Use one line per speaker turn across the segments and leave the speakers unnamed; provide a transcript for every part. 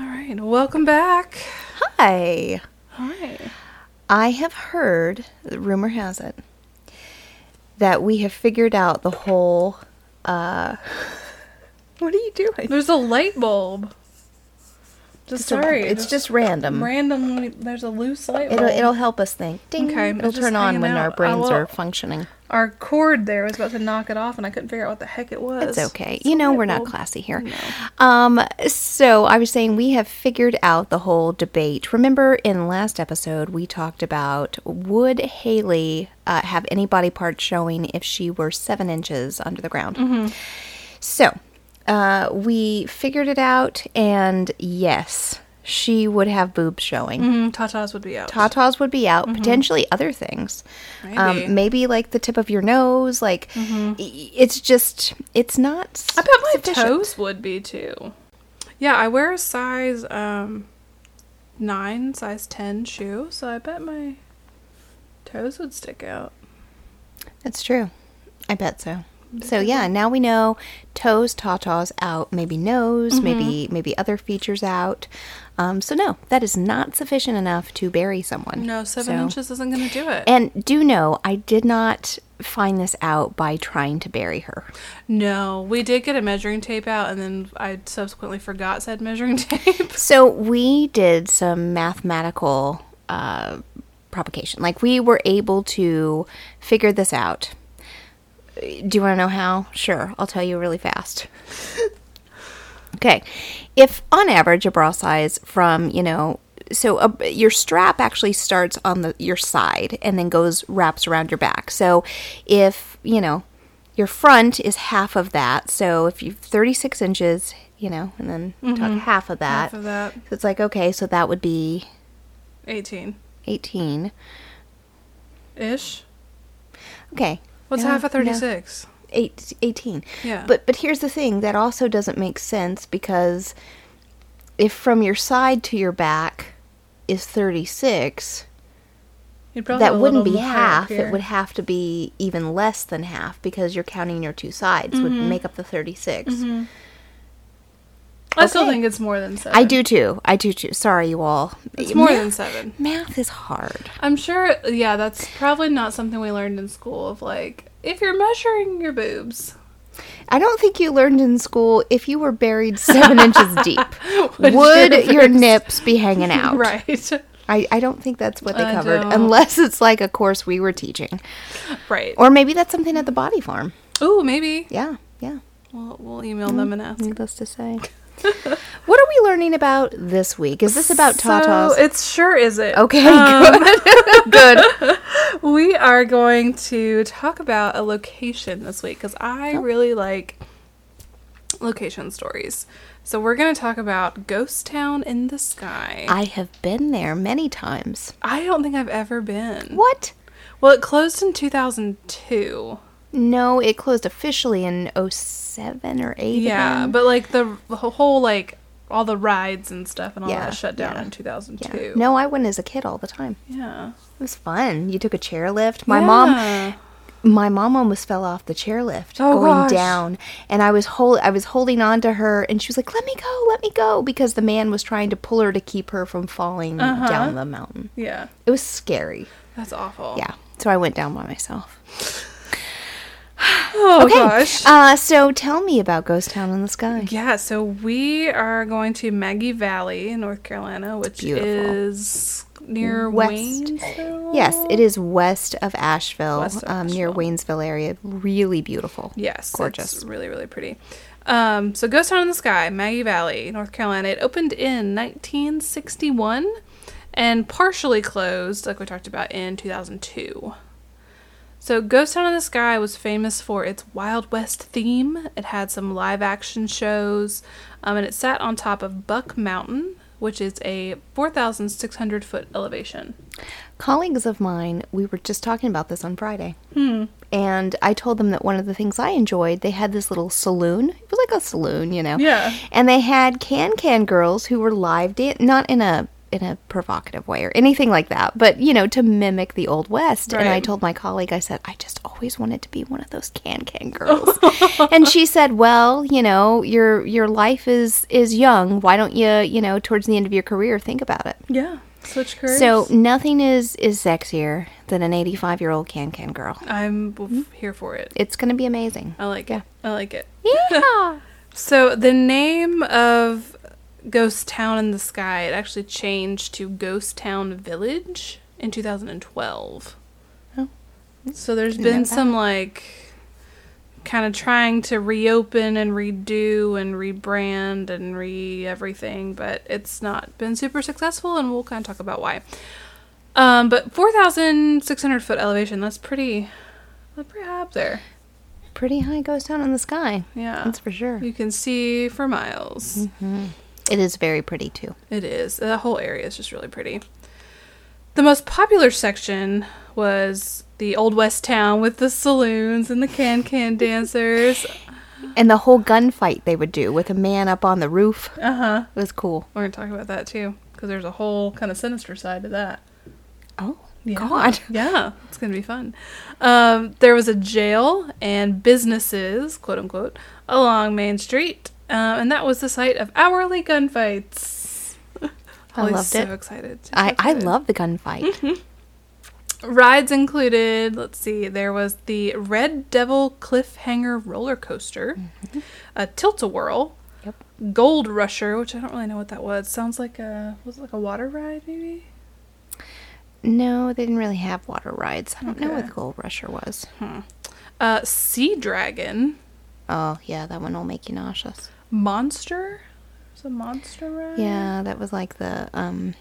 All right, welcome back.
Hi.
All right.
I have heard, the rumor has it, that we have figured out the whole. Uh, what are you doing?
There's a light bulb. Just sorry.
It's just random.
randomly there's a loose light bulb.
It'll, it'll help us think. Ding.
Okay,
it'll
it's just
turn on
hanging
when our
out. I
brains
will-
are functioning.
Our cord there was about to knock it off and I couldn't figure out what the heck it was.
It's okay. You know,
light
we're not
bulb.
classy here. Um, so I was saying we have figured out the whole debate. Remember in last episode, we talked about would Haley uh, have any body part showing if she were seven inches under the ground?
Mm-hmm.
So uh, we figured it out, and yes, she would have boobs showing.
Mm, tatas would be out.
Tatas would be out, potentially other things.
Mm-hmm. Maybe. Mm-hmm.
Um, maybe like the tip of your nose. Like, i- it's just, it's not.
I bet my
sufficient.
toes would be too. Yeah, I wear a size um nine, size ten shoe, so I bet my toes would stick out.
That's true. I bet so. So yeah, now we know toes, tatas out, maybe nose,
Mm-hmm.
maybe maybe other features out. Um, so no, that is not sufficient enough to bury someone.
No, seven
So-
inches isn't gonna do it.
And do know, I did not find this out by trying to bury her.
No, we did get a measuring tape out, and then I subsequently forgot said measuring tape.
So we did some mathematical uh, propagation. Like we were able to figure this out. Do you want to know how? Sure, I'll tell you really fast. okay, if on average a bra size from you know, so a, your strap actually starts on the your side and then goes wraps around your back. So if you know your front is half of that, so if you 36 inches, you know, and then tuck half of that.
Mm-hmm. Half of that,
So it's like, okay, so that would be
18
18.
ish.
Okay.
What's
No,
half of
no.
36?
Eight, 18.
Yeah.
But but here's the thing, that also doesn't make sense because if from your side to your back is 36,
You'd probably have
that
a
wouldn't be
little more up
half. It
here.
would have to be even less than half because you're counting your two sides would
Mm-hmm.
make up the 36.
I still
okay.
think it's more than seven.
I do too. I do too. Sorry you all.
It's more
Math-
than seven.
Math is hard.
I'm sure. Yeah, that's probably not something we learned in school. Of like, if you're measuring your boobs,
I don't think you learned in school if you were buried seven inches deep,
Would
would,
your
your,
boobs-
nips be hanging out?
right,
I, I don't think that's what they
I
covered,
don't.
unless it's like a course we were teaching.
right.
Or maybe that's something at the body farm.
Ooh, maybe.
Yeah, yeah.
We'll, we'll email them and ask.
Needless to say. what are we learning about this week? Is this about tatas?
So it sure is it.
okay,
um,
good. good.
We are going to talk about a location this week because I
Oh.
really like location stories. So we're going to talk about Ghost Town in the Sky. I,
I have been there many times.
don't think I've ever been.
What?
Well, it closed in 2002.
No, it closed officially in 07 or 8.
Yeah,
again.
but like the, the whole like all the rides and stuff and all
Yeah,
that shut down
yeah,
in
Yeah.
2002.
No, I went as a kid all the time.
Yeah.
It was fun. You took a chairlift. My mom,
Yeah.
my mom almost fell off the chairlift
Oh,
going
gosh.
down, and I was hold, I was holding on to her, and she was like, "Let me go, let me go," because the man was trying to pull her to keep her from falling
Uh-huh.
down the mountain.
Yeah.
It was scary.
That's awful.
Yeah, so I went down by myself.
Oh
okay,
gosh.
Uh, so tell me about Ghost Town in the Sky.
Yeah, so we are going to Maggie Valley in North Carolina, which
beautiful.
is near
West.
Waynesville.
Yes, it is west of Asheville,
West of
um, near Waynesville area. Really beautiful.
Yes, gorgeous,
gorgeous.
really, really pretty. Um, so, Ghost Town in the Sky, Maggie Valley, North Carolina. It opened in 1961 and partially closed, like we talked about, in 2002. So, Ghost Town in the Sky was famous for its Wild West theme. It had some live action shows, um, and it sat on top of Buck Mountain, which is a 4,600 foot elevation.
Colleagues of mine, we were just talking about this on Friday.
Hmm.
And I told them that one of the things I enjoyed, they had this little saloon. It was like a saloon, you know.
Yeah.
And they had can can girls who were live dan not in a in a provocative way or anything like that, but you know, to mimic the old west. And I
Right.
told my colleague, I said, I just always wanted to be one of those can can girls. and she said, Well, you know, your your life is is young. Why don't you, you know, towards the end of your career think about it?
Yeah. Switch careers.
So nothing is is sexier than an 85 year old can can girl.
I'm w- here for it.
It's gonna be amazing.
I like it. I like it.
Yeah.
So the name of Ghost Town in the Sky it actually changed to Ghost Town Village in 2012.
Oh.
So there's
Didn't know
been
that.
some like kind of trying to reopen and redo and rebrand and re everything, but it's not been super successful and we'll kind of talk about why. Um, but 4,600 foot elevation, that's pretty, that's pretty high up there.
Pretty high goes down in the sky.
Yeah.
That's for sure.
You can see for miles.
It is very pretty too.
It is. The whole area is just really pretty. The most popular section was the old west town with the saloons and the can can dancers.
And the whole gunfight they would do with a man up on the roof.
Uh huh.
It was cool.
We're gonna talk about that too, because there's a whole kind of sinister side to that.
Oh
Yeah.
God.
Yeah, it's gonna be fun. Um, there was a jail and businesses, quote unquote, along Main Street, um, and that was the site of hourly gunfights.
I
Holly's
loved
so
it.
excited. She's so
I, I
excited.
love the
Mm-hmm.
gunfight.
Rides included, let's see, there was the Red Devil Cliffhanger roller coaster, a tilt a whirl,
Mm-hmm. Yep.
Gold Rusher, which I don't really know what that was. Sounds like a was it like a water ride maybe?
no, they didn't really have water rides. I don't know what
Okay.
the Gold Rusher was.
Uh, sea Dragon,
Oh yeah, that one will make you nauseous.
Monster, it's a monster ride.
Yeah, that was like the um,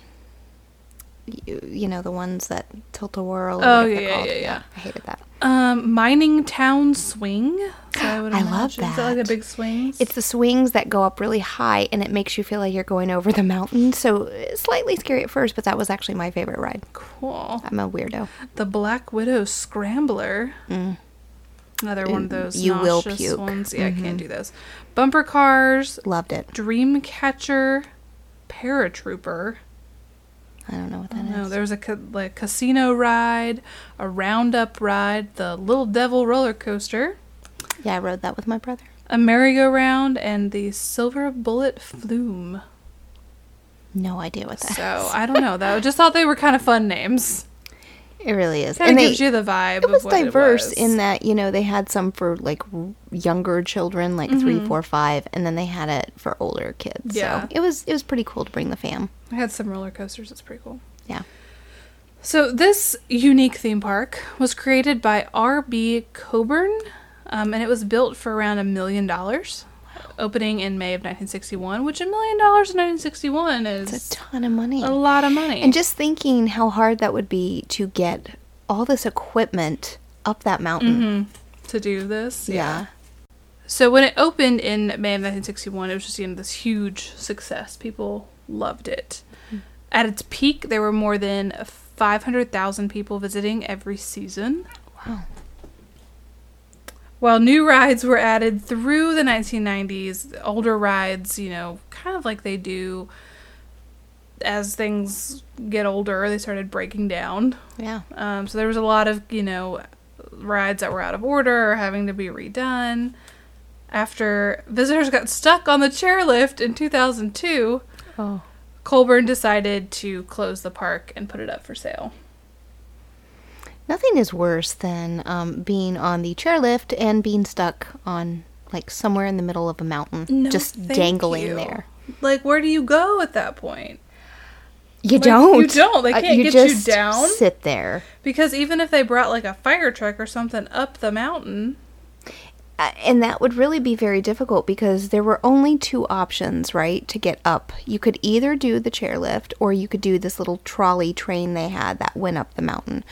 you, you know the ones that tilt a whirl. or
Oh,
whatever they're
yeah, yeah,
called.
yeah, yeah.
I hated that.
Um, Mining Town Swing. So I, would
I love
imagine- Is that like
that.
a big swing?
It's the swings that go up really high, and it makes you feel like you're going over the mountain. So it's slightly scary at first, but that was actually my favorite ride.
cool.
I'm a weirdo. Mm,
The Black Widow Scrambler. Another one of those
you will
nauseous
puke. Mm-hmm.
ones. Yeah, I can't do those. Bumper cars,
Loved it.
Dreamcatcher, Paratrooper.
I don't know what that is.
Oh, No, there was a ca- like casino ride, a roundup ride, the Little Devil roller coaster,
Yeah, I rode that with my brother.
a merry-go-round, and the Silver Bullet Flume.
No idea what that is.
So I don't know. Though, I just thought they were kind of fun names.
It really is.
Kind of
they-
gives you the vibe.
it was
of what
diverse
it was.
in that you know they had some for like r- younger children, like three, four, five, and then they had it for older kids.
Mm-hmm. Yeah.
So it was it was pretty cool to bring the fam.
I had some roller coasters. It's pretty cool.
Yeah.
So this unique theme park was created by R.B. Coburn, um, and it was built for around a million dollars, opening in May of 1961. Which a million dollars in 1961
It's a
is
ton of money.
a lot of money.
And just thinking how hard that would be to get all this equipment up that mountain.
Mm-hmm. to do this,
Yeah.
So when it opened in May of 1961, it was just you know this huge success. People loved it. At its peak, there were more than 500,000 people visiting every season.
Wow.
While new rides were added through the 1990s, the older rides, you know, kind of like they do as things get older, they started breaking down.
Yeah.
Um, so there was a lot of, you know, rides that were out of order or having to be redone. After visitors got stuck on the chairlift in 2002,
Oh.
Colburn decided to close the park and put it up for sale.
Nothing is worse than um, being on the chairlift and being stuck on like somewhere in the middle of a mountain, just
thank
dangling
you.
there.
Like, where do you go at that point?
You
Like, you
don't. Uh,
don't. They can't get you down.
Sit there,
Because even if they brought like a fire truck or something up the mountain,
Uh, and that would really be very difficult because there were only two options, right, to get up. You could either do the chairlift or you could do this little trolley train they had that went up the mountain.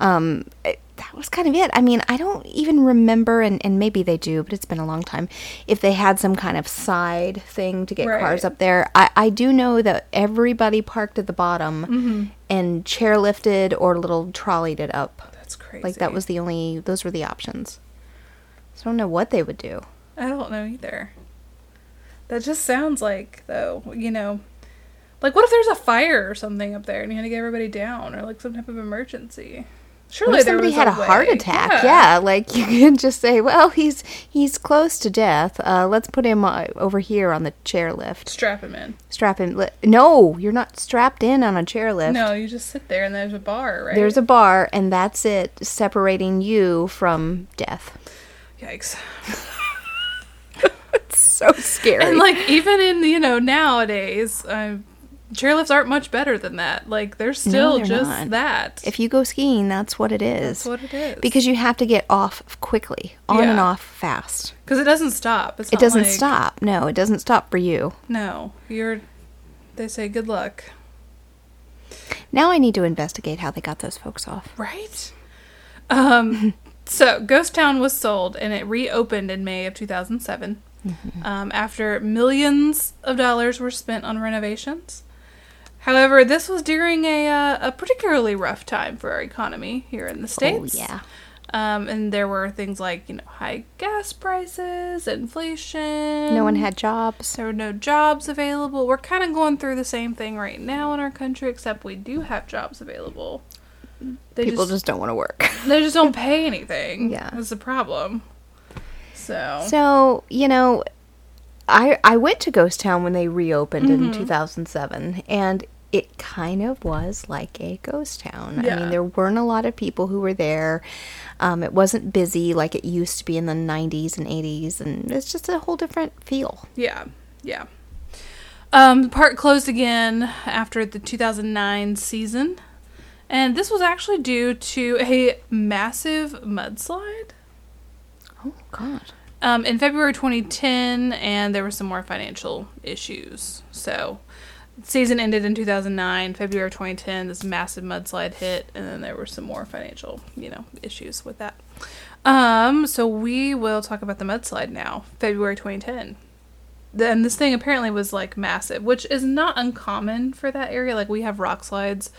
Um, that was kind of it. I mean, I don't even remember, and, and maybe they do, but it's been a long time, if they had some kind of side thing to get
Right.
cars up there. I, I do know that everybody parked at the bottom and chairlifted or little trolleyed it up.
That's crazy.
Like, that was the only, those were the options. So I don't know what they would do.
I don't know either. That just sounds like though, you know, like what if there's a fire or something up there and you had to get everybody down or like some type of emergency?
What
Surely
if
there
somebody
was
had a,
way.
heart attack? Yeah. like you could just say, "Well, he's he's close to death. Uh, let's put him uh, over here on the chairlift.
Strap him in.
Strap him." Li- no, you're not strapped in on a chairlift.
No, you just sit there and there's a bar, right?
There's a bar, and that's it, separating you from death.
yikes.
So scary.
And like even in you know nowadays, i chairlifts aren't much better than that. Like they're still
they're
just
not.
that.
if you go skiing, that's what it is.
That's what it is.
Because you have to get off quickly, on and
Yeah.
off fast.
Because it doesn't stop. It's
It
not
doesn't
like-
stop. No, it doesn't stop for you.
No, you're. They say good luck.
Now I need to investigate how they got those folks off.
Right? Um, so, Ghost Town was sold and it reopened in May of 2007
Mm-hmm.
um, after millions of dollars were spent on renovations. However, this was during a, uh, a particularly rough time for our economy here in the States.
Oh, yeah.
Um, and there were things like, you know, high gas prices, inflation.
No one had jobs.
There were no jobs available. We're kind of going through the same thing right now in our country, except we do have jobs available. They
People just don't want to work.
they just don't pay anything.
Yeah.
that's the problem. So,
So, you know, I I went to Ghost Town when they reopened
Mm-hmm.
in 2007 and it kind of was like a ghost town. I
Yeah.
mean, there weren't a lot of people who were there. Um, it wasn't busy like it used to be in the 90s and 80s, and it's just a whole different feel.
yeah, yeah. Um, the park closed again after the 2009 season, and this was actually due to a massive mudslide.
Oh, God.
um, in February 2010, and there were some more financial issues. So, season ended in 2009. February 2010, this massive mudslide hit, and then there were some more financial, you know, issues with that. Um, so we will talk about the mudslide now. February 2010. Then this thing apparently was like massive, which is not uncommon for that area. Like we have rock slides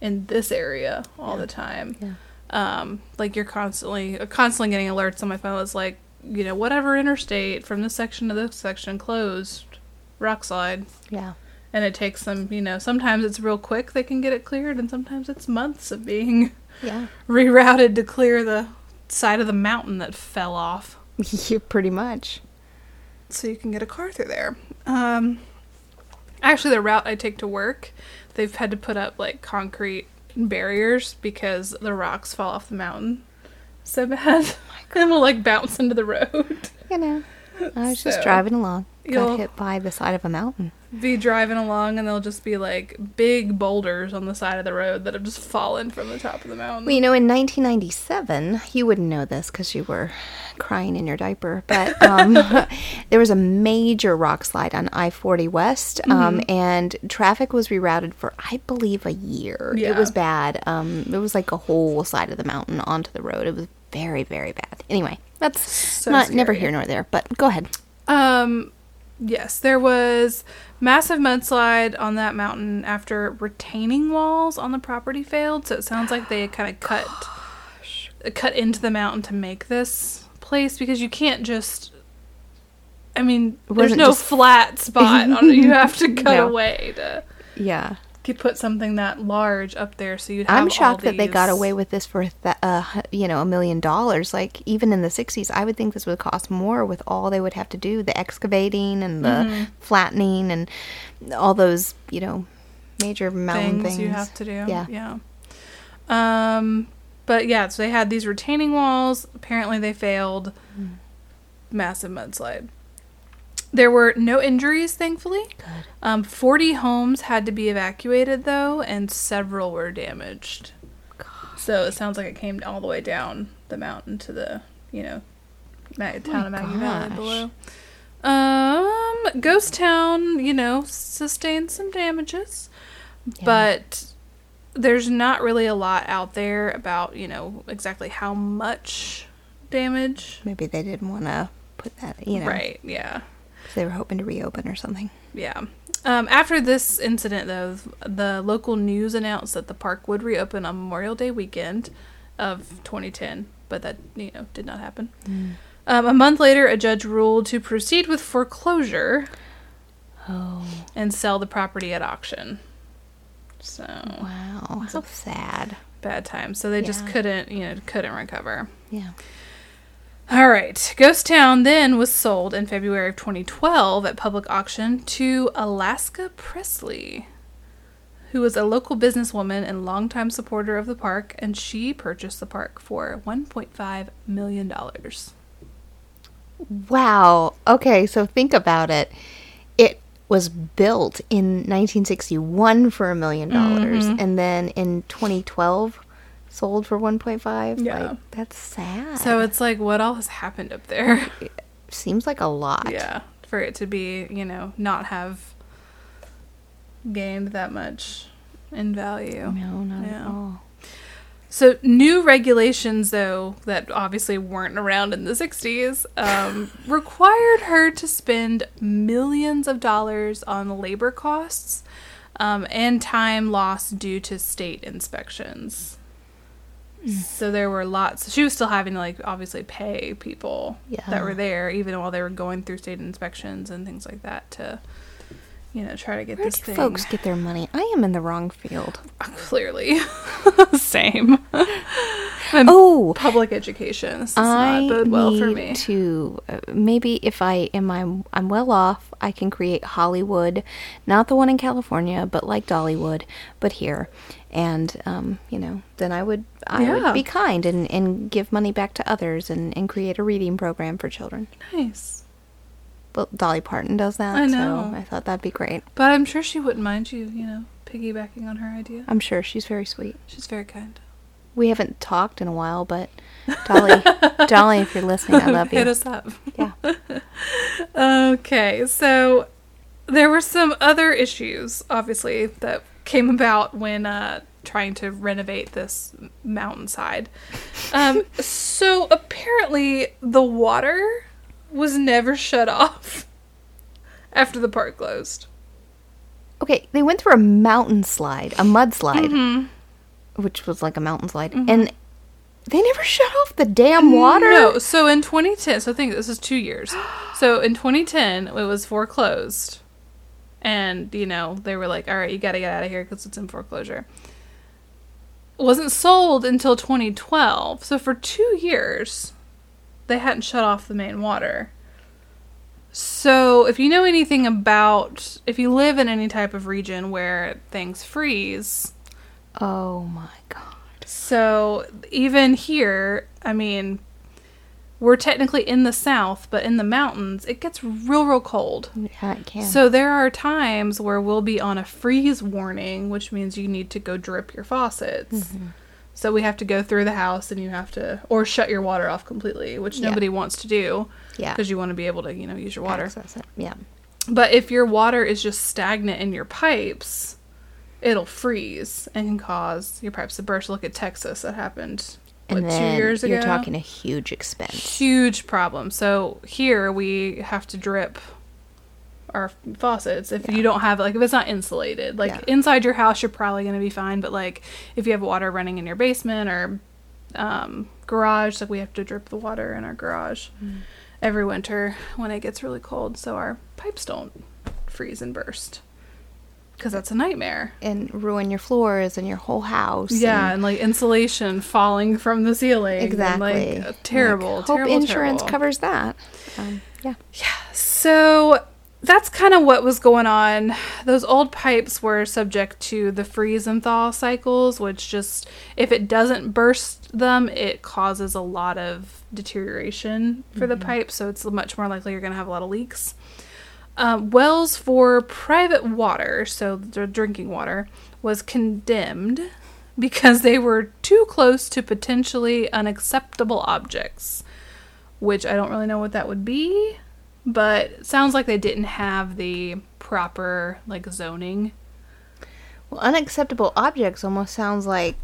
in this area all the time
Yeah.
um, like you're constantly constantly getting alerts on my phone that's like you know whatever interstate from this section to this section closed rock slide
Yeah.
and it takes them you know sometimes it's real quick they can get it cleared and sometimes it's months of being
Yeah.
rerouted to clear the side of the mountain that fell off
you pretty much.
so you can get a car through there. Um, actually, the route I take to work, they've had to put up like concrete barriers because the rocks fall off the mountain so bad, and will like bounce into the road.
You know, I was just
So,
driving along,
you'll-
got hit by the side of a mountain.
Be driving along, and they'll just be like big boulders on the side of the road that have just fallen from the top of the mountain.
Well, you know, in 1997, you wouldn't know this because you were crying in your diaper, but um, there was a major rock slide on I 40 West, um,
Mm-hmm.
and traffic was rerouted for, I believe, a year. It
Yeah.
was bad. Um, it was like a whole side of the mountain onto the road. It was very, very bad. Anyway, that's not never
scary.
here nor there, but go ahead.
Um, yes, there was massive mudslide on that mountain after retaining walls on the property failed. So it sounds like they kind of cut cut into the mountain to make this place because you can't just. I mean, there's
wasn't
no
just-
flat spot on it. You have to cut
No.
away to,
Yeah.
to put something that large up there. So you'd. Have
I'm shocked
all
that they got
these-
away with this for, th- uh, hu- you know, a million dollars. Like even in the '60s, I would think this would cost more with all they would have to do—the excavating and the
Mm-hmm.
flattening and all those, you know, major mountain
things,
things.
you have to do.
Yeah.
Yeah. Um, but yeah, so they had these retaining walls. Apparently, they failed.
Hmm.
Massive mudslide. There were no injuries, thankfully.
Good.
Um, 40 homes had to be evacuated, though, and several were damaged. So it sounds like it came all the way down the mountain to the, you know, Ma- town of Maggie Valley
gosh.
below. Um, Ghost Town, you know, sustained some damages, but there's not really a lot out there about you know exactly how much damage.
Maybe they didn't want to put that, you know,
Right. Yeah.
They were hoping to reopen or something.
Yeah. Um, after this incident, though, the local news announced that the park would reopen on Memorial Day weekend of 2010, but that you know did not happen. Um, a month later, a judge ruled to proceed with foreclosure
Oh
and sell the property at auction. So
wow, so sad.
bad time. So they just
Yeah.
couldn't, you know, couldn't recover.
Yeah.
All right. Ghost Town then was sold in February of 2012 at public auction to Alaska Presley, who was a local businesswoman and longtime supporter of the park, and she purchased the park for 1.5 million dollars.
Wow. Okay, so think about it. It was built in 1961 for a million
Mm-hmm.
dollars, and then in 2012 sold for 1.5.
Yeah.
like, that's sad.
So it's like, what all has happened up there?
seems like a lot.
yeah, for it to be, you know, not have gained that much in value.
No, not at
Yeah.
all.
So new regulations, though that obviously weren't around in the '60s, um, required her to spend millions of dollars on labor costs um, and time lost due to state inspections.
Mm.
So there were lots. She was still having to like obviously pay people that
Yeah.
were there, even while they were going through state inspections and things like that, to you know try to get
Where
this
do
thing
folks get their money? I am in the wrong field.
clearly same. Um,
Oh,
public education. This does
I
not bode well for
need
me.
to uh, maybe if I am I'm, I'm well off, I can create Hollywood, not the one in California, but like Dollywood, but here, and um, you know, then I would I
Yeah.
would be kind and, and give money back to others and, and create a reading program for children.
Nice.
But Dolly Parton does that,
I know.
so I thought that'd be great.
But I'm sure she wouldn't mind you, you know, piggybacking on her idea.
I'm sure she's very sweet.
She's very kind.
We haven't talked in a while, but Dolly, Dolly, if you're listening, I love
Hit
you.
us up.
Yeah.
Okay, so there were some other issues, obviously, that came about when uh, trying to renovate this mountainside. Um, so apparently, the water was never shut off after the park closed.
Okay, they went through a mountain slide, a mudslide,
Mm-hmm.
which was like a mountain slide, and they never shut off the damn water.
No, so in 2010, so I think this is two years. So in 2010, it was foreclosed. And, you know, they were like, all right, you got to get out of here because it's in foreclosure. It wasn't sold until 2012. So for two years, they hadn't shut off the main water. So if you know anything about, if you live in any type of region where things freeze,
Oh my god.
so even here, I mean, we're technically in the south, but in the mountains, it gets real, real cold.
Yeah, it can.
So there are times where we'll be on a freeze warning, which means you need to go drip your faucets.
Mm-hmm.
So we have to go through the house and you have to, or shut your water off completely, which
Yeah.
nobody wants to do.
Yeah.
Because you want to be able to, you know, use your water.
Access it. Yeah.
But if your water is just stagnant in your pipes, it'll freeze and can cause your pipes to burst. Look at Texas; that happened what,
And then
two years ago.
you're talking a huge expense.
huge problem. So here we have to drip our faucets if you don't have like if it's not insulated. Like
Yeah.
inside your house, you're probably going to be fine. But like if you have water running in your basement or um, garage, like we have to drip the water in our garage
Hmm.
every winter when it gets really cold, so our pipes don't freeze and burst. Because that's a nightmare.
And ruin your floors and your whole house.
Yeah,
and-
and like insulation falling from the ceiling. and,
exactly.
like terrible.
Like,
terrible.
hope insurance
terrible.
covers that. Um, yeah.
So that's kind of what was going on. Those old pipes were subject to the freeze and thaw cycles, which just, if it doesn't burst them, it causes a lot of deterioration for the pipe. So it's much more likely you're going to have a lot of leaks. Um, wells for private water, so the drinking water, was condemned because they were too close to potentially unacceptable objects, which I don't really know what that would be, but it sounds like they didn't have the proper like zoning
Well, unacceptable objects almost sounds like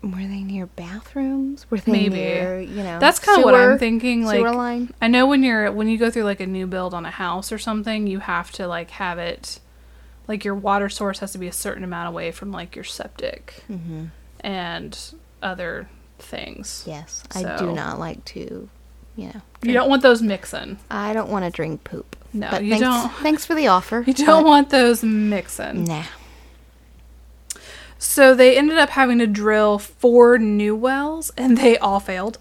were they near bathrooms? Were they
Maybe.
near you know?
That's kind of what
sewer-
I'm thinking. Like,
sewer line.
I know when you're when you go through like a new build on a house or something, you have to like have it, like your water source has to be a certain amount away from like your septic
Mm-hmm.
and other things.
Yes, I do
So-
not like to, you know.
You don't want those mixing.
I don't want to drink poop.
No,
but
you
thanks,
don't.
Thanks for the offer.
You don't
but
want those mixing.
Nah.
So they ended up having to drill four new wells, and they all failed,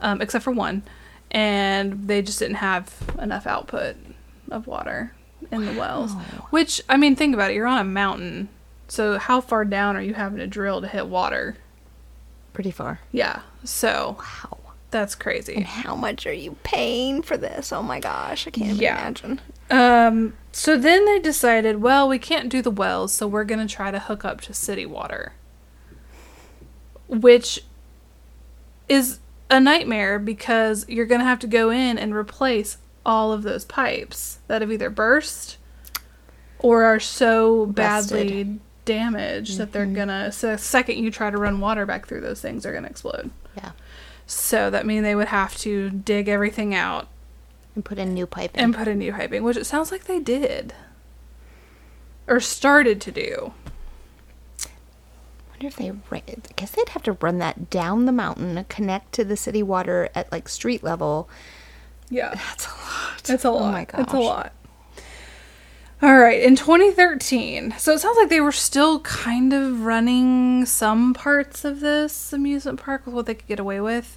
um, except for one. And they just didn't have enough output of water in the wells. Which, I mean, think about it. You're on a mountain. So how far down are you having to drill to hit water?
Pretty far.
Yeah. So
Wow.
that's crazy.
And how much are you paying for this? Oh my gosh, I can't even
Yeah.
imagine.
Um, so then they decided, well, we can't do the wells, so we're going to try to hook up to city water. Which is a nightmare because you're going to have to go in and replace all of those pipes that have either burst or are so badly damaged that they're going to, so the second you try to run water back through those things, they're going to explode.
Yeah,
So that means they would have to dig everything out
and put in new pipe. in.
and put a new piping, which it sounds like they did or started to do.
wonder if they. Ra- I guess they'd have to run that down the mountain, connect to the city water at like street level.
Yeah,
That's a lot.
it's a lot.
Oh my gosh.
it's a lot. All right, in 2013, so it sounds like they were still kind of running some parts of this amusement park with what they could get away with.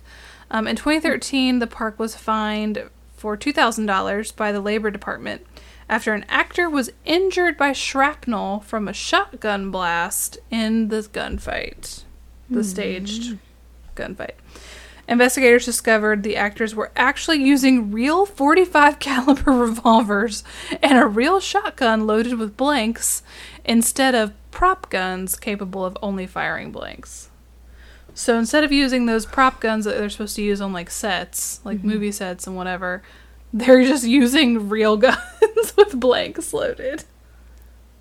Um, in 2013, the park was fined for $2,000 by the Labor Department after an actor was injured by shrapnel from a shotgun blast in this gunfight, the
Hmm.
staged gunfight. Investigators discovered the actors were actually using real 45 caliber revolvers and a real shotgun loaded with blanks instead of prop guns capable of only firing blanks. So instead of using those prop guns that they're supposed to use on like sets, like
Mm-hmm.
movie sets and whatever, they're just using real guns with blanks loaded.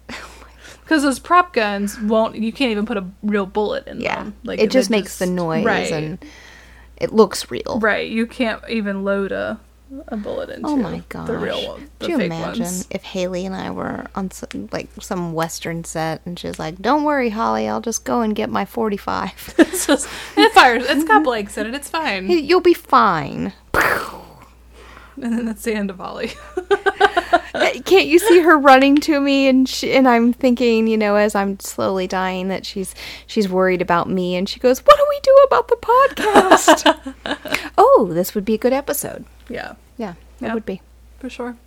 Because those prop guns won't, you can't even put a real bullet in
Yeah,
them.
like it
they're
just makes the noise
Right.
and it looks real.
Right, you can't even load a, a bullet into
Oh my gosh!
the real one. The
Do you
fake
imagine
ones.
if Haley and I were on some, like some Western set and she's like, "Don't worry, Holly, I'll just go and get my 45.
It's just, it fires. It's got blanks in it. It's fine.
You'll be fine."
And then that's the end of Holly.
Uh, Can't you see her running to me and she, and I'm thinking, you know, as I'm slowly dying that she's she's worried about me and she goes, "What do we do about the podcast?" oh, this would be a good episode.
yeah,
Yeah,
Yeah.
it would be.
for sure.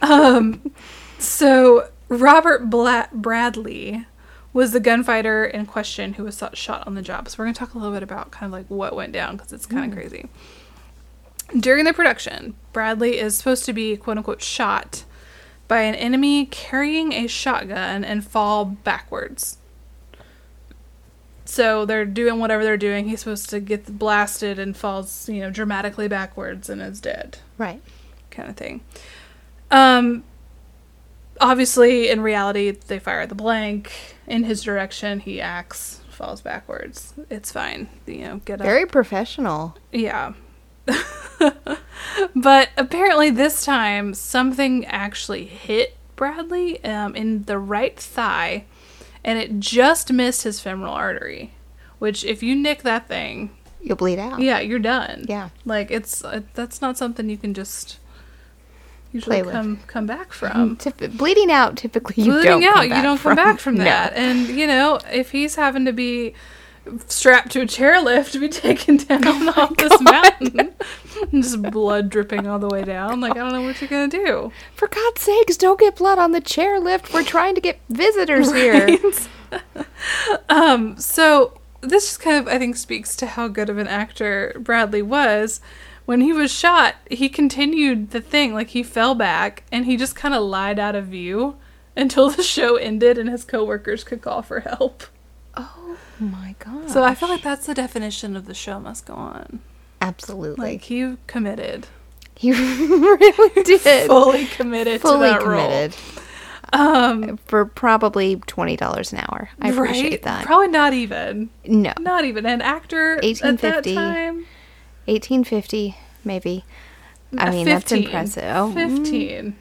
Um, so Robert Bla- Bradley was the gunfighter in question who was so- shot on the job. So we're going to talk a little bit about kind of like what went down because it's kind of crazy. During the production, Bradley is supposed to be quote unquote shot by an enemy carrying a shotgun and fall backwards. So they're doing whatever they're doing. He's supposed to get blasted and falls, you know, dramatically backwards and is dead
Right.
kind of thing. Um, obviously, in reality, they fire the blank in his direction. He acts, falls backwards. It's fine. You know, get up.
Very professional.
yeah. but apparently, this time something actually hit Bradley um, in the right thigh, and it just missed his femoral artery. Which, if you nick that thing,
You'll bleed out.
yeah, you're done.
Oh. Yeah.
Like it's uh, that's not something you can just usually
Play with.
come come back from.
Mm. Typ- bleeding out typically you
Um, Bleeding
don't
out,
come
you
back
don't
from.
come back from
No.
that. And you know, if he's having to be strapped to a chairlift to be taken down
Oh
off this mountain, and just blood dripping all the way down, like I don't know what you're gonna do.
For God's sakes, don't get blood on the chairlift. We're trying to get visitors here.
Um, so this just kind of I think speaks to how good of an actor Bradley was. When he was shot, he continued the thing, like he fell back and he just kind of lied out of view until the show ended and his coworkers could call for help.
Oh my God.
So I feel like that's the definition of the show must go on.
absolutely
Like he committed,
he really did
fully committed
fully
to that role.
committed.
Um,
for probably twenty dollars an hour. I appreciate
right?
that.
Probably not even.
no,
Not even an actor at that
1850.
time.
eighteen fifty maybe. I
Uh,
mean, that's
15.
impressive. Oh,
Fifteen.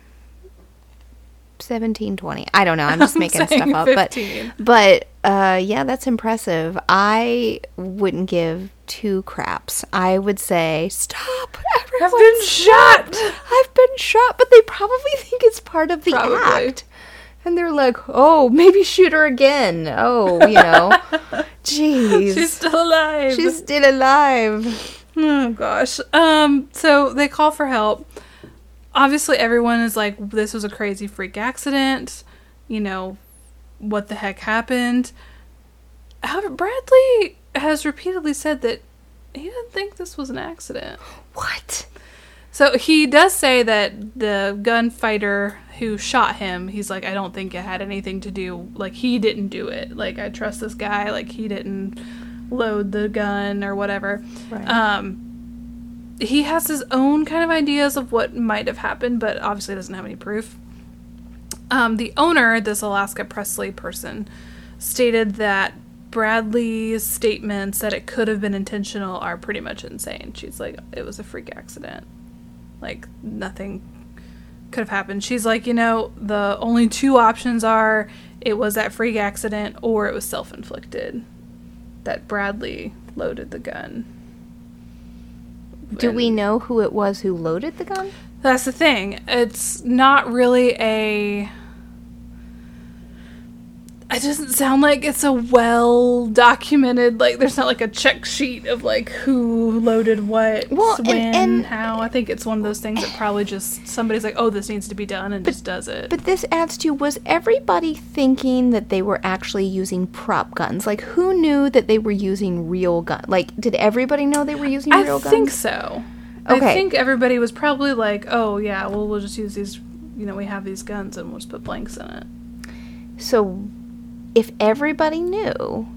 seventeen twenty. I don't know. I'm just
I'm
making stuff
saying
up,
15.
but but uh, yeah, that's impressive. I wouldn't give two craps. I would say stop.
I've
Everyone,
been shot.
I've been shot, but they probably think it's part of the
Probably.
act. And they're like, oh, maybe shoot her again. Oh, you know. Jeez.
She's still alive.
She's still alive.
Oh gosh. Um. So they call for help. Obviously, everyone is like, "This was a crazy freak accident." You know, what the heck happened? However, Bradley has repeatedly said that he didn't think this was an accident.
What?
So he does say that the gunfighter who shot him, he's like, I don't think it had anything to do. Like he didn't do it. Like I trust this guy. Like he didn't load the gun or whatever.
Right.
Um, he has his own kind of ideas of what might have happened, but obviously doesn't have any proof. Um, the owner, this Alaska Presley person, stated that Bradley's statements that it could have been intentional are pretty much insane. She's like, it was a freak accident. Like, nothing could have happened. She's like, you know, the only two options are it was that freak accident or it was self inflicted. That Bradley loaded the gun.
Do we know who it was who loaded the gun?
That's the thing. It's not really a. It doesn't sound like it's a well documented, like, there's not like a check sheet of like who loaded what,
Well, and-
when,
and-
how. I think it's one of those things that probably just somebody's like, oh, this needs to be done and just does it.
But this adds to was everybody thinking that they were actually using prop guns? Like, who knew that they were using real guns? Like, did everybody know they were using
I
real
think
guns?
so. I
Okay.
think everybody was probably like, oh, yeah, well, we'll just use these, you know, we have these guns and we'll just put blanks in it.
So, if everybody knew,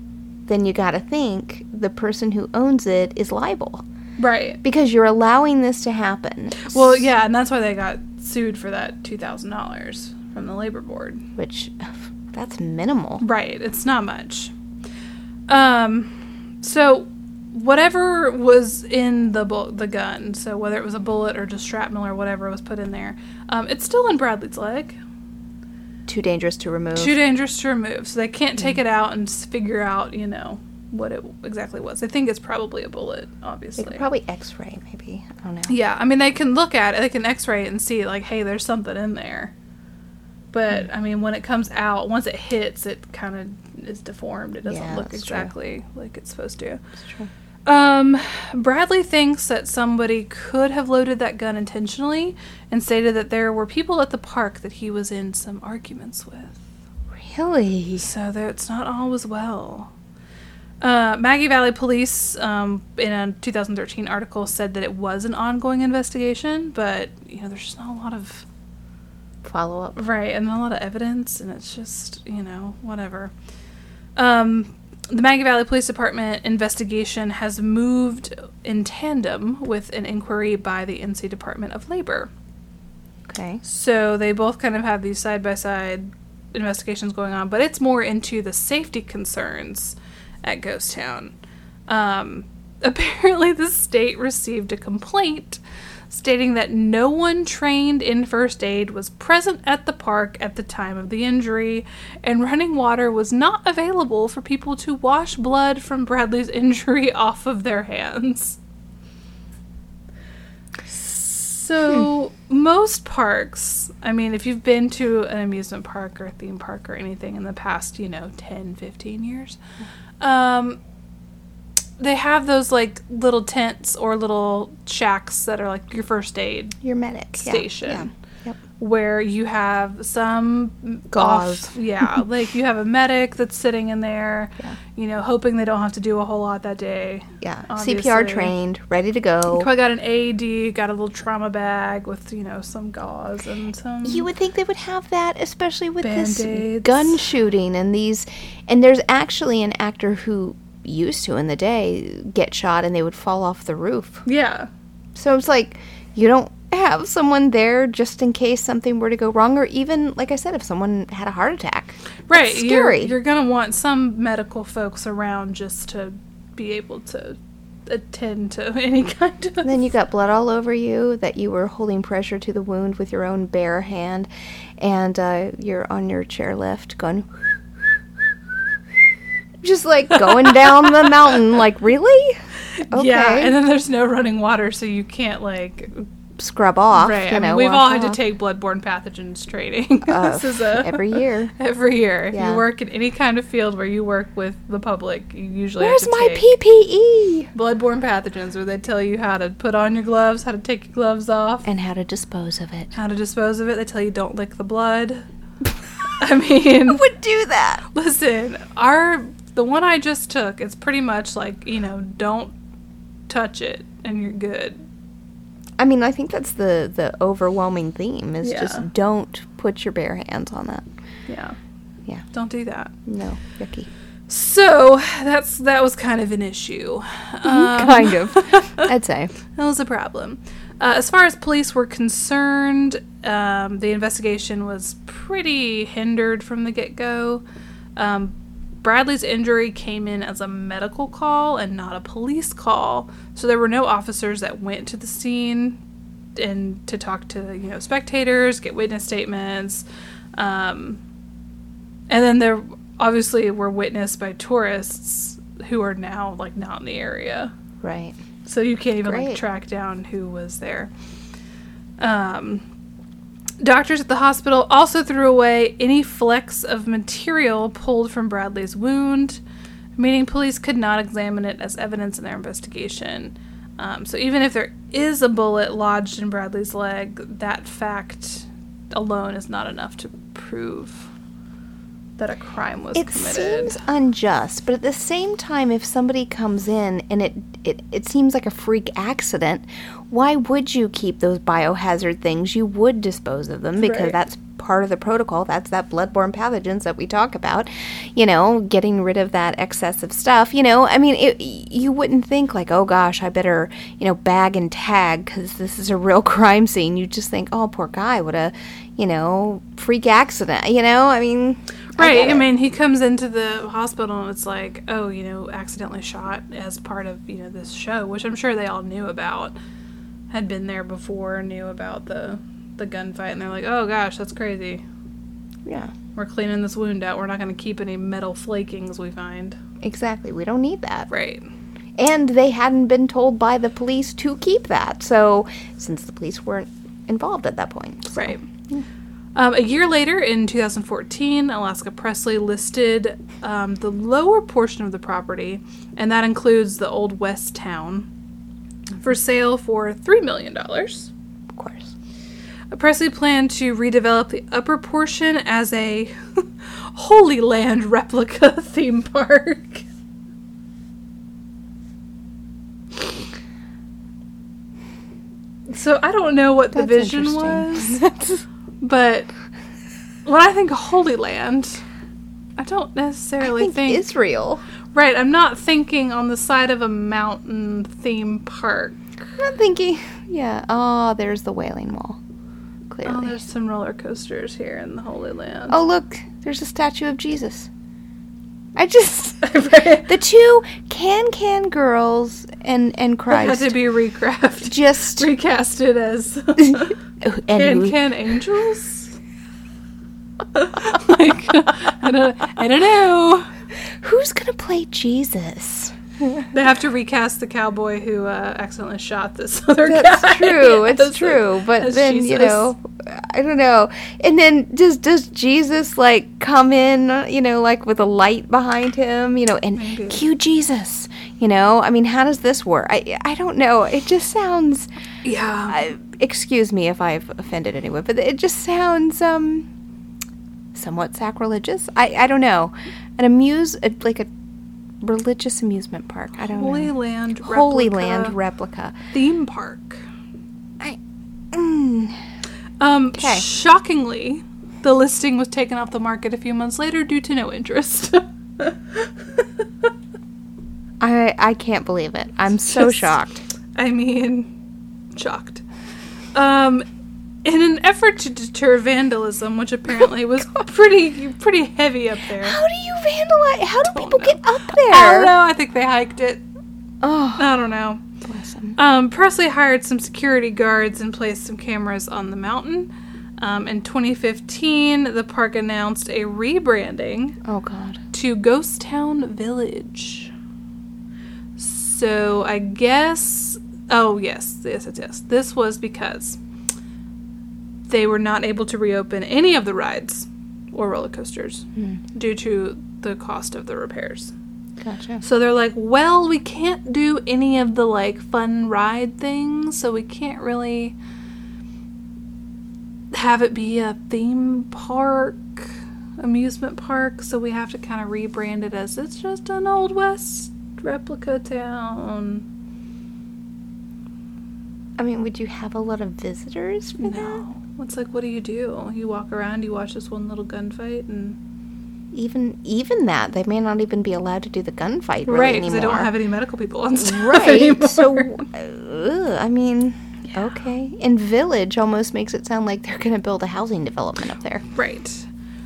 then you gotta think the person who owns it is liable
Right.
because you're allowing this to happen.
Well, yeah, and that's why they got sued for that two thousand dollars from the labor board.
Which, that's minimal.
Right, it's not much. Um, so whatever was in the bu- the gun, so whether it was a bullet or just shrapnel or whatever was put in there, um, it's still in Bradley's leg.
Too dangerous to remove.
Too dangerous to remove, so they can't take
Mm.
it out and s- figure out, you know, what it exactly was. They think it's probably a bullet,
They
obviously.
could probably X-ray, maybe. I don't know.
Yeah, I mean, they can look at it, they can x ray it and see, like, hey, there's something in there. But,
Mm.
I mean, when it comes out, once it hits, it kind of is deformed. It doesn't
Yeah,
look
that's true.
exactly like it's supposed to.
It's true.
Um, Bradley thinks that somebody could have loaded that gun intentionally and stated that there were people at the park that he was in some arguments with.
Really?
So there, it's not always well. Uh, Maggie Valley Police, um, in a 2013 article, said that it was an ongoing investigation, but you know, there's just not a lot of
Follow up.
right and not a lot of evidence, and it's just you know whatever. Um, the Maggie Valley Police Department investigation has moved in tandem with an inquiry by the NC Department of Labor.
Okay.
So they both kind of have these side by side investigations going on, but it's more into the safety concerns at Ghost Town. Um, apparently, the state received a complaint stating that no one trained in first aid was present at the park at the time of the injury, and running water was not available for people to wash blood from Bradley's injury off of their hands. So
Hmm.
most parks, I mean, if you've been to an amusement park or a theme park or anything in the past, you know, 10, 15 years,
Mm-hmm.
um, they have those like little tents or little shacks that are like your first aid
Your medic. Yeah,
station.
yeah. Yep.
Where you have some
Gauze.
off- yeah, like you have a medic that's sitting in there,
Yeah.
you know, hoping they don't have to do a whole lot that day.
Yeah.
Obviously.
CPR trained, ready to go.
Probably got an AED, got a little trauma bag with you know some gauze and some.
You would think they would have that, especially with this
Band-Aids.
gun shooting and these. And there's actually an actor who used to in the day get shot and they would fall off the roof.
yeah,
So it's like you don't have someone there just in case something were to go wrong, or even, like I said, if someone had a heart attack.
Right.
That's
you're-
scary.
You're, going to want some medical folks around just to be able to attend to any kind of.
And then you got blood all over you that you were holding pressure to the wound with your own bare hand, and uh, you're on your chairlift going. Just like going down the mountain, like, really? Okay.
Yeah, and then there's no running water, so you can't like.
Scrub off. you
right. I mean,
know,
we've
wash
all had to
off.
take bloodborne pathogens training.
Uh,
this is a
every year.
Every year, if
Yeah.
you work in any kind of field where you work with the public, you usually
Where's
have to
my E?"
take
PPE?
bloodborne pathogens, where they tell you how to put on your gloves, how to take your gloves off,
And how to dispose of it.
how to dispose of it. They tell you don't lick the blood. I mean,
Who would do that?
Listen, our the one I just took, it's pretty much like, you know, don't touch it and you're good.
I mean, I think that's the the overwhelming theme is
Yeah.
just don't put your bare hands on that.
Yeah.
Yeah.
Don't do that.
No, yucky.
So that's that was kind of an issue. Um,
kind of. I'd say.
That was a problem. Uh, as far as police were concerned, um, the investigation was pretty hindered from the get go. Um, Bradley's injury came in as a medical call and not a police call, so there were no officers that went to the scene and to talk to you know spectators, get witness statements, um, and then there obviously were witnessed by tourists who are now like not in the area
Right.
so you can't even like
Great.
track down who was there. Um, doctors at the hospital also threw away any flecks of material pulled from Bradley's wound, meaning police could not examine it as evidence in their investigation. Um, so even if there is a bullet lodged in Bradley's leg, that fact alone is not enough to prove that a crime was
It
committed.
seems unjust, but at the same time if somebody comes in and it, it it seems like a freak accident, why would you keep those biohazard things? You would dispose of them because
Right.
that's part of the protocol. That's that bloodborne pathogens that we talk about. You know, getting rid of that excessive stuff. You know, I mean, it, you wouldn't think like, oh gosh, I better you know bag and tag because this is a real crime scene. You just think, oh poor guy, what a you know freak accident. You know, I mean, I
Right.
get
I,
it.
mean, he comes into the hospital and it's like, oh, you know, accidentally shot as part of, you know, this show, which I'm sure they all knew about, had been there before, knew about the the gunfight, and they're like, oh gosh, that's crazy.
yeah.
We're cleaning this wound out. We're not going to keep any metal flakings we find.
Exactly. We don't need that.
Right.
And they hadn't been told by the police to keep that. So, since the police weren't involved at that point. so-
Right. Um, a year later, in 2014, Alaska Presley listed um, the lower portion of the property, and that includes the Old West Town, for sale for $3 million.
Of course.
Presley planned to redevelop the upper portion as a Holy Land replica theme park. So I don't know what the
That's
vision was.
interesting. That's-
But when I think Holy Land, I don't
I
necessarily
think
think,
Israel.
right. I'm not thinking on the side of a mountain theme park.
I'm thinking, yeah, oh, there's the Wailing Wall.
Oh,
Clearly.
there's some roller coasters here in the Holy Land.
Oh, look, there's a statue of Jesus. I just.
Right.
the two can can girls and, and
That had
Christ.
to be recrafted,
just.
recasted as
and
can can angels. like I don't, I don't know.
who's going to play Jesus?
They have to recast the cowboy who uh, accidentally shot this other guy.
That's true. It's
as-
true. But
as
then you
Jesus.
know, I don't know. And then does does Jesus like come in? You know, like with a light behind him. You know, and
Maybe.
cue Jesus. You know, I mean, how does this work? I I don't know. It just sounds.
yeah.
I, excuse me if I've offended anyone, but it just sounds um somewhat sacrilegious. I I don't know. An amuse a, like a religious amusement park. I don't
Holy
know.
Land
Holy
replica
Land replica.
theme park.
I. Mm.
Um,
'Kay.
shockingly, the listing was taken off the market a few months later due to no interest.
I I can't believe it. I'm so
Just-
shocked.
I mean, shocked. Um, in an effort to deter vandalism, which
Oh,
apparently was pretty pretty heavy up there.
How do you vandalize? How do people
know.
get up
I don't
there?
know. I think they hiked it.
Oh,
I don't know.
bless 'em.
Um, Presley hired some security guards and placed some cameras on the mountain. Um, in 2015, the park announced a rebranding
Oh God.
to Ghost Town Village. So I guess, oh yes, yes, yes, yes. This was because they were not able to reopen any of the rides or roller coasters
Hmm.
due to the cost of the repairs.
Gotcha.
So they're like, well, we can't do any of the like fun ride things, so we can't really have it be a theme park, amusement park, so we have to kind of rebrand it as it's just an old west replica town.
I mean, would you have a lot of visitors for that?
No. It's like, what do you do? You walk around, you watch this one little gunfight, and
Even even that, they may not even be allowed to do the gunfight really
right,
anymore.
because they don't have any medical people on staff
right.
anymore.
So, uh, I mean, okay. And village almost makes it sound like they're going to build a housing development up there.
Right.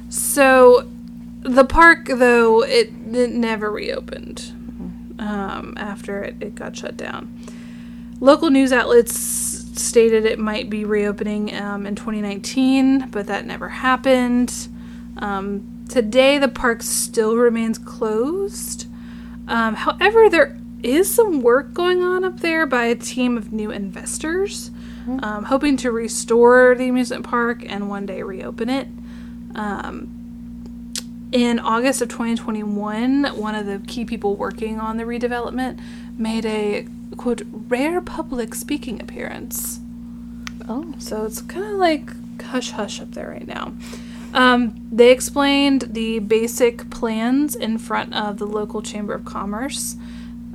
So the park, though, it, it never reopened um, after it, it got shut down. Local news outlets stated it might be reopening um, in 2019, but that never happened. Um, today, the park still remains closed. Um, however, there is some work going on up there by a team of new investors, um, hoping to restore the amusement park and one day reopen it. Um, in August of 2021, one of the key people working on the redevelopment made a quote rare public speaking appearance.
Oh,
So it's kind of like hush hush up there right now. Um, they explained the basic plans in front of the local Chamber of Commerce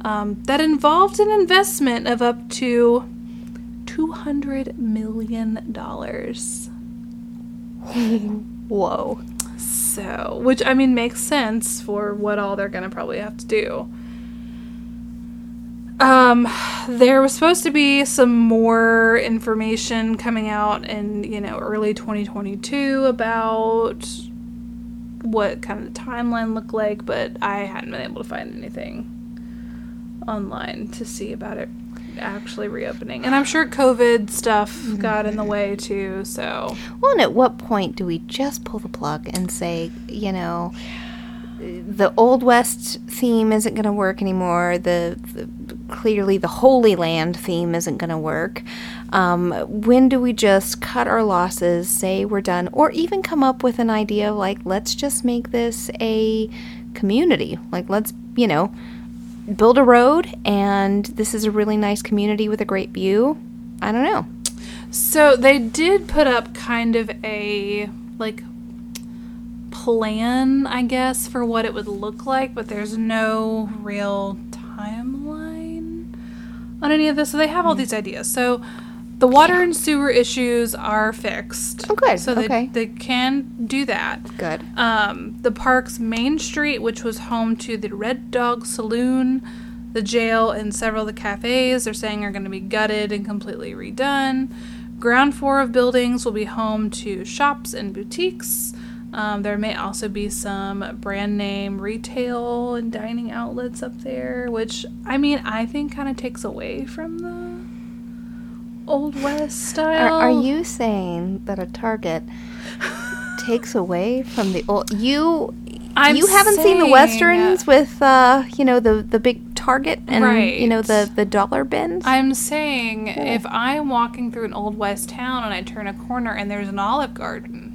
um, that involved an investment of up to $200 million.
whoa.
So, which I mean makes sense for what all they're gonna probably have to do. Um, there was supposed to be some more information coming out in you know early 2022 about what kind of timeline looked like, but I hadn't been able to find anything online to see about it actually reopening. And I'm sure COVID stuff got in the way too, so
Well, and at what point do we just pull the plug and say, you know, the Old West theme isn't going to work anymore. The, the clearly the Holy Land theme isn't going to work. Um, when do we just cut our losses, say we're done, or even come up with an idea of like, let's just make this a community. Like, let's you know, build a road, and this is a really nice community with a great view. I don't know.
So they did put up kind of a like plan, I guess, for what it would look like, but there's no real timeline on any of this. So they have all these ideas. So the water and sewer issues are fixed.
Oh, good.
So they,
Okay.
they can do that.
Good.
Um, the park's main street, which was home to the Red Dog Saloon, the jail, and several of the cafes, they're saying are going to be gutted and completely redone. Ground floor of buildings will be home to shops and boutiques. Um, there may also be some brand name retail and dining outlets up there, which I mean, I think kind of takes away from the Old West
Are,
style.
are you saying that a target takes away from the old? You
I'm
you haven't seen the
saying-
westerns with uh, you know the the big target and you know
Right.
the the dollar bins.
I'm saying if I'm walking through an old west town and I turn a corner and there's an olive garden,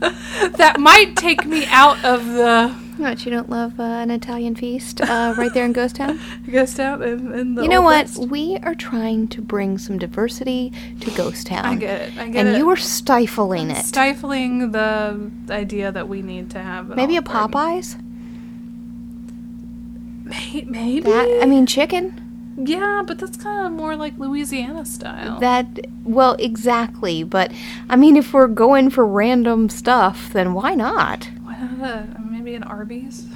that might take me out of the
what you don't love uh, an Italian feast uh, right there in Ghost Town?
ghost town and, and the.
you know
Old
what?
West.
We are trying to bring some diversity to Ghost Town.
I get it. I get
and
it.
you are stifling it.
stifling the idea that we need to have an
Maybe a
Olive Garden.
Popeyes?
May- Maybe.
That I mean, chicken.
yeah, but that's kind of more like Louisiana style.
That well, exactly. But I mean, if we're going for random stuff, then why not?
Why not a, maybe an Arby's?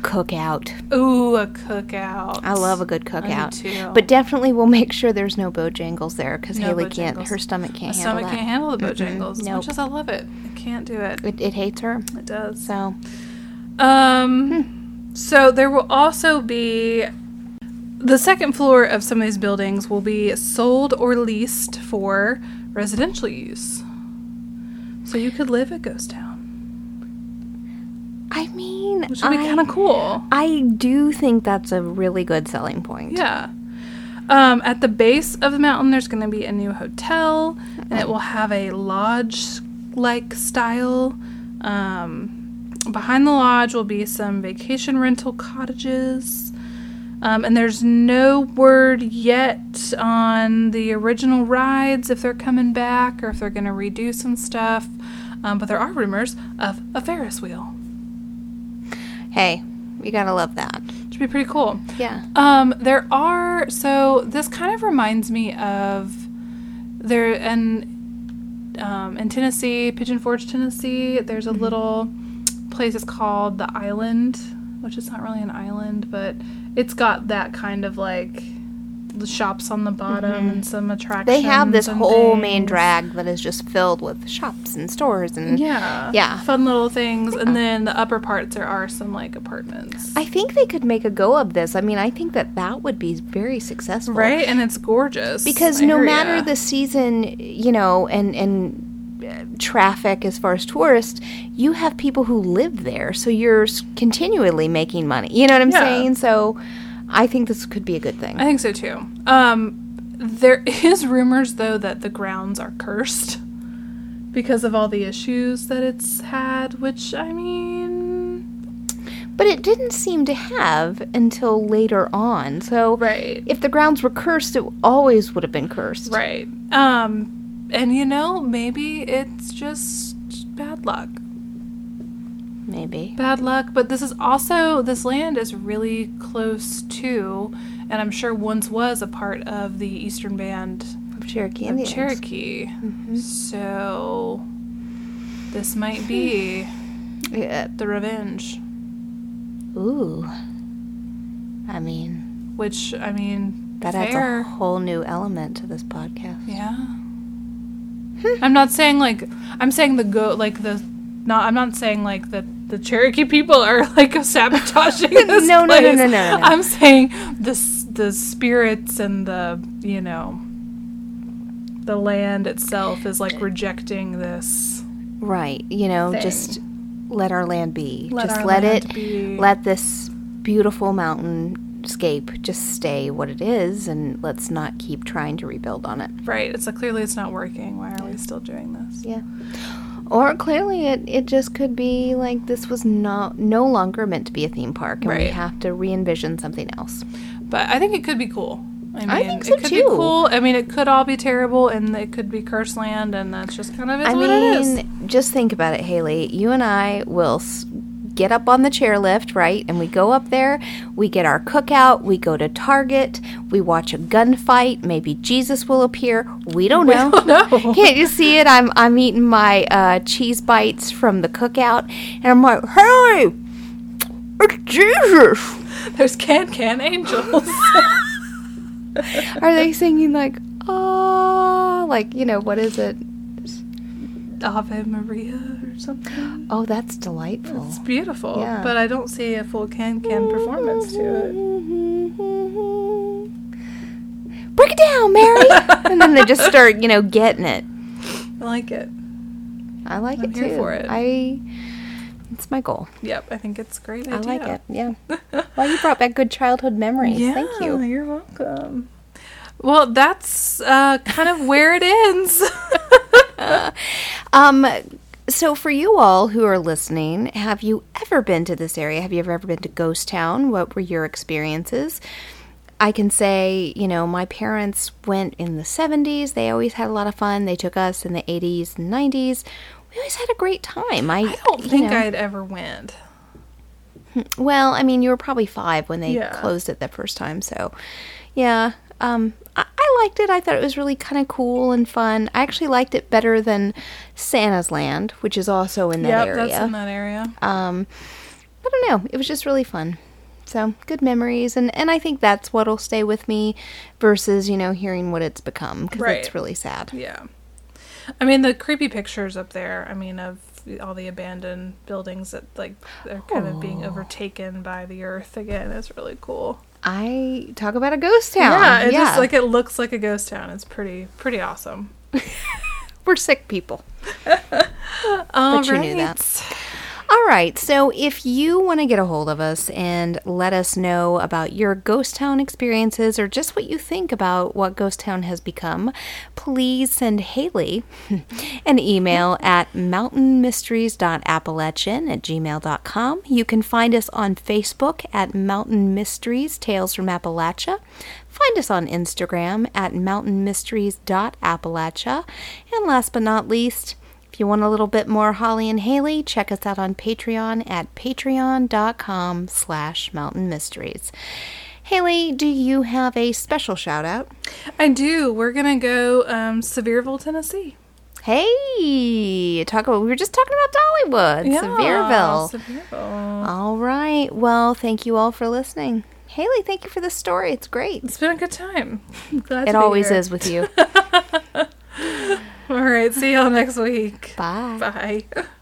cookout.
Ooh, a cookout.
I love a good
do
cookout.
too.
But definitely we'll make sure there's no Bojangles there because
No
Haley can't.
Bojangles.
Her stomach can't
My
handle
stomach
that.
can't handle the Bojangles as
Nope.
much as I love it. I can't do it.
It, it hates her.
It does.
So Hmm.
Um, so there will also be the second floor of some of these buildings will be sold or leased for residential use. So you could live at Ghost Town,
I mean,
which would be
I,
kind of cool.
I do think that's a really good selling point.
Yeah. Um, at the base of the mountain, there's going to be a new hotel, and it will have a lodge-like style. Um, behind the lodge will be some vacation rental cottages, um, and there's no word yet on the original rides if they're coming back or if they're going to redo some stuff. Um, but there are rumors of a Ferris wheel,
Hey, you gotta love that.
which would be pretty cool.
Yeah.
Um, there are so this kind of reminds me of there and um, in Tennessee, Pigeon Forge, Tennessee. There's
Mm-hmm.
a little place. It's called the Island, which is not really an island, but it's got that kind of like the shops on the bottom and some attractions.
Mm-hmm. They have this
and
whole main
things.
drag that is just filled with shops and stores and
Yeah,
Yeah.
fun little things, and then the upper parts there are some like apartments,
I think they could make a go of this. I mean, I think that that would be very successful.
right? And it's gorgeous
Because no matter
area.
the season, you know, and and uh, traffic as far as tourists, you have people who live there, so you're s- continually making money. You know what I'm
Yeah.
saying? So I think this could be a good thing.
I think so too. Um, there is rumors though that the grounds are cursed because of all the issues that it's had. Which I mean,
But it didn't seem to have until later on. So
right,
if the grounds were cursed, it always would have been cursed.
right. Um, and you know, maybe it's just bad luck.
Maybe.
Bad luck. But this is also this land is really close to, and I'm sure once was a part of the Eastern Band
Of Cherokee
of
Indians.
Cherokee.
Mm-hmm.
So this might be.
Yeah.
The Revenge,
Ooh. I mean,
which I mean,
that adds
fair.
a whole new element to this podcast.
yeah. I'm not saying like I'm saying the go like the not I'm not saying like the the Cherokee people are like sabotaging this
No, no, no,
place.
no, no, no, no.
I'm saying the s- the spirits and the you know the land itself is like rejecting this.
Right. You know,
Thing.
just let our land be.
Let
just
our
let
land
it
be.
let this beautiful mountainscape just stay what it is and let's not keep trying to rebuild on it.
Right. It's like clearly it's not working. Why are we still doing this?
Yeah. Or clearly it, it just could be like this was not no longer meant to be a theme park and we
Right.
have to re envision something else.
But I think it could be cool. I, mean,
I think so,
it could be
too.
cool. I mean, it could all be terrible, and it could be cursed land, and that's just kind of is
I
what it is.
mean, just think about it, Haley. You and I will s- get up on the chairlift, right? And we go up there, we get our cookout, we go to Target, we watch a gunfight, maybe Jesus will appear. We don't know. Can't you see it? I'm I'm eating my uh, cheese bites from the cookout and I'm like, "Hey, it's Jesus."
There's can can angels.
Are they singing like, "Oh, like, you know, what is it?"
Ave Maria or something.
Oh, that's delightful.
It's beautiful,
Yeah.
but I don't see a full can can performance to it.
Break it down, Mary. and then they just start, you know, getting it.
I like it.
I like
I'm
it
here
too.
for it.
I. It's my goal.
Yep, I think it's a great
I
idea.
like it. Yeah. well, you brought back good childhood memories.
Yeah,
Thank you.
You're welcome. Well, that's uh, kind of where it ends.
Um. So, for you all who are listening, have you ever been to this area? Have you ever been to Ghost Town? What were your experiences? I can say, you know, my parents went in the 70s. They always had a lot of fun. They took us in the 80s and 90s. We always had a great time. I,
I don't think
you know,
I'd ever went.
Well, I mean, you were probably five when they
Yeah.
closed it the first time. So, yeah. Um, I, I liked it. I thought it was really kind of cool and fun. I actually liked it better than Santa's Land, which is also in that
Yep,
area.
that's in that area.
Um, but don't know. It was just really fun. So good memories, and and I think that's what'll stay with me, versus you know hearing what it's become because
Right.
it's really sad.
Yeah. I mean, the creepy pictures up there, I mean, of all the abandoned buildings that, like, they're kind of being overtaken by the earth again. It's really cool.
I talk about a ghost town.
Yeah, it just, like, it looks like a ghost town. It's pretty, pretty awesome.
we're sick people.
All
But you knew that. All right. So if you want to get a hold of us and let us know about your ghost town experiences or just what you think about what ghost town has become, please send Haley an email at mountainmysteries.appalachian at gmail.com. You can find us on Facebook at Mountain Mysteries Tales from Appalachia. Find us on Instagram at mountainmysteries.appalachia. And last but not least, if you want a little bit more Holly and Haley, check us out on Patreon at patreon.com slash mountain mysteries. Haley, do you have a special shout out?
I do. We're going to go um, Sevierville, Tennessee.
Hey, talk about, we were just talking about Dollywood, Sevierville.
Sevierville.
all right. Well, thank you all for listening. Haley, thank you for this story. It's great.
It's been a good time. Glad to
it
be
always
here.
is with you.
All right. See y'all next week.
Bye.
Bye.